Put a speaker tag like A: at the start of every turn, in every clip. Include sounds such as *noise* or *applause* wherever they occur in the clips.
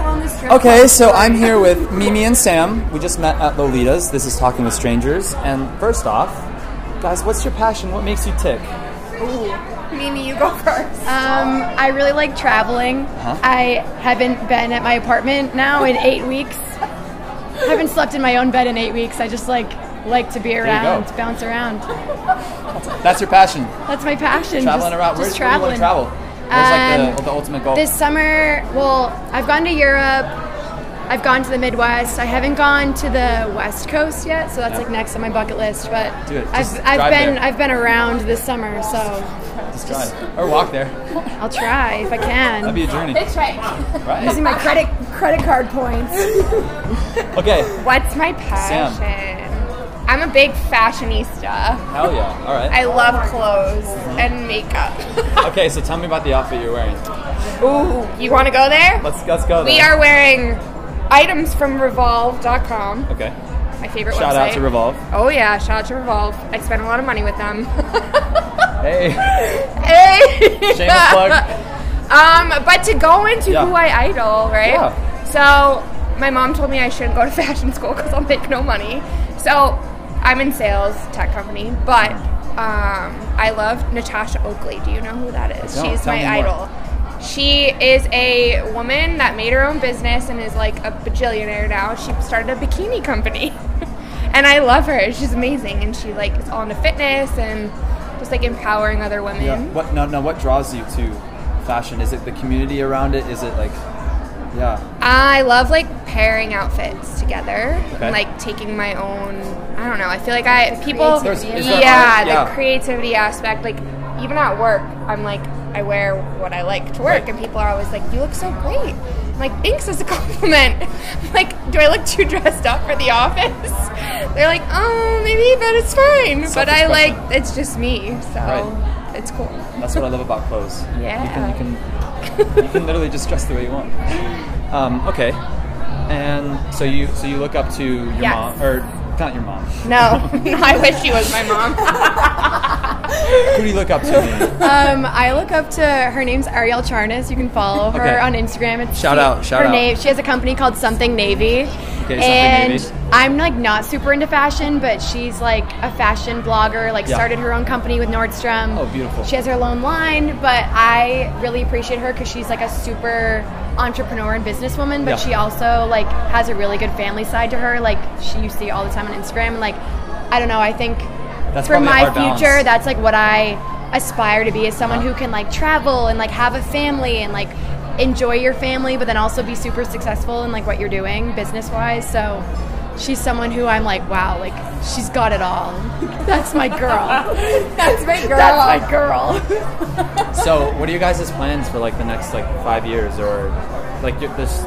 A: Okay, so I'm here with Mimi and Sam. We just met at Lolita's. This is Talking with Strangers. And first off, guys, what's your passion? What makes you tick?
B: Mimi, you go first.
C: Um, I really like traveling.
A: Uh-huh.
C: I haven't been at my apartment now in eight weeks. haven't slept in my own bed in eight weeks. I just like like to be around,
A: go.
C: bounce around.
A: That's your passion.
C: That's my passion.
A: Traveling
C: just,
A: around.
C: Just
A: where, where do
C: traveling.
A: you want to travel? Where's like the,
C: Um,
A: the ultimate goal?
C: This summer, well, I've gone to Europe. I've gone to the Midwest. I haven't gone to the West Coast yet, so that's
A: Yeah.
C: like next on my bucket list. But
A: Do it.
C: I've,
A: Just
C: I've
A: drive
C: been
A: there.
C: I've been around this summer, so
A: just drive. Or walk there.
C: I'll try if I can.
A: That'd be a journey.
B: That's right.
A: Right?
B: Using
D: Uh-huh.
B: my credit credit card points.
A: Okay.
D: What's my passion? I'm a big fashionista.
A: Hell yeah. All right.
D: I love clothes and makeup. *laughs*
A: Okay, so tell me about the outfit you're wearing.
D: Ooh, you want to go there?
A: Let's let's go.
D: We
A: then.
D: are wearing items from Revolve.com,
A: Okay.
D: my favorite website.
A: Shout out to Revolve.
D: Oh yeah, shout out to Revolve. I spent a lot of money with them. *laughs*
A: Hey.
D: hey.
A: Shameless plug.
D: *laughs* Um, but to go into
A: Yeah.
D: who I idol, right?
A: Yeah.
D: So my mom told me I shouldn't go to *laughs* fashion school because I'll make no money. So I'm in sales, tech company, but um, I love Natasha Oakley. Do you know who that is?
A: I don't.
D: She's
A: Tell
D: my
A: me more.
D: idol. She is a woman that made her own business and is like a bajillionaire now. She started a bikini company, *laughs* and I love her. She's amazing, and she like is all into fitness and just like empowering other women.
A: Yeah. What no no what draws you to fashion? Is it the community around it? Is it like yeah.
D: I love like pairing outfits together,
A: Okay.
D: like taking my own. I don't know. I feel like I people.
A: There's- is there
D: yeah,
A: art?
D: the
A: Yeah.
D: creativity aspect. Like even at work, I'm like I wear what I like to work, and people are always like, "You look so great." I'm like, "Thanks," as a *laughs* compliment. I'm like, do I look too dressed up for the office? *laughs* They're like, "Oh, maybe, but it's fine." But I
A: Self-expression.
D: like it's just me, so
A: Right.
D: it's cool.
A: That's what I love about clothes. You can
D: Yeah.
A: you can you can literally just dress the way you want. Um, okay. And so you so you look up to your
D: Yes.
A: mom or not your mom.
D: No, *laughs* no, I wish she was my mom. *laughs*
A: Who do you look up to?
C: *laughs*
A: Mimi?
C: Um, I look up to her name's Ariel Charnas. You can follow her
A: Okay.
C: on Instagram. It's
A: Shout out, shout
C: her
A: out.
C: Name, she has a company called Something Navy.
A: Something
C: and
A: Navy.
C: I'm like not super into fashion, but she's like a fashion blogger. Like
A: Yeah.
C: started her own company with Nordstrom.
A: Oh, beautiful.
C: She has her own line, but I really appreciate her because she's like a super entrepreneur and businesswoman. But
A: Yeah.
C: she also like has a really good family side to her. Like she you see all the time on Instagram. And like I don't know, I think
A: That's
C: for
A: probably a
C: my
A: hard balance.
C: future that's like what I aspire to be is someone who can like travel and like have a family and like enjoy your family but then also be super successful in like what you're doing business wise so she's someone who I'm like wow like she's got it all *laughs* that's my girl
B: That's my girl.
C: that's my girl
A: so what are you guys' plans for like the next like five years or like you this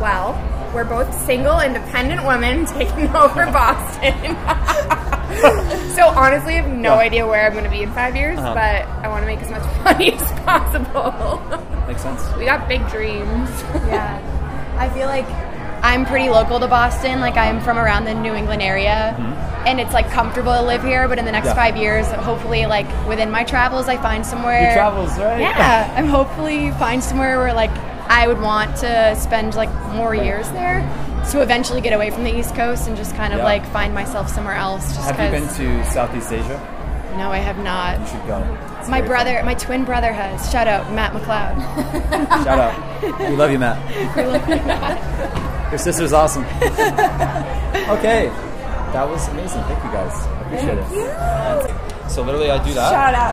D: Well, we're both single, independent women *laughs* taking over Boston. *laughs* so honestly, I have no
A: Yeah.
D: idea where I'm going to be in five years,
A: Uh-huh.
D: but I want to make as much *laughs* money as possible.
A: makes sense?
D: we got big dreams.
C: *laughs* yeah I feel like I'm pretty local to Boston like I'm from around the New England area and it's like comfortable to live here but in the next
A: Mm-hmm. Yeah.
C: 5 years hopefully like within my travels I find somewhere
A: Your travels, right?
C: Yeah, I'm hopefully find somewhere where like I would want to spend like more years there to eventually get away from the East Coast and just kind of
A: Yeah.
C: like find myself somewhere else. Just
A: Have you been
C: because
A: to Southeast Asia?
C: no, I have
A: You
C: not.
A: should go. It's
C: My
A: very fun.
C: brother, my twin brother has. Shout out Matt McLeod.
A: Shout out. We love you, Matt. Your sister's awesome. Okay. That was amazing. Thank you guys. I appreciate it. So literally I do that.
B: Shout out.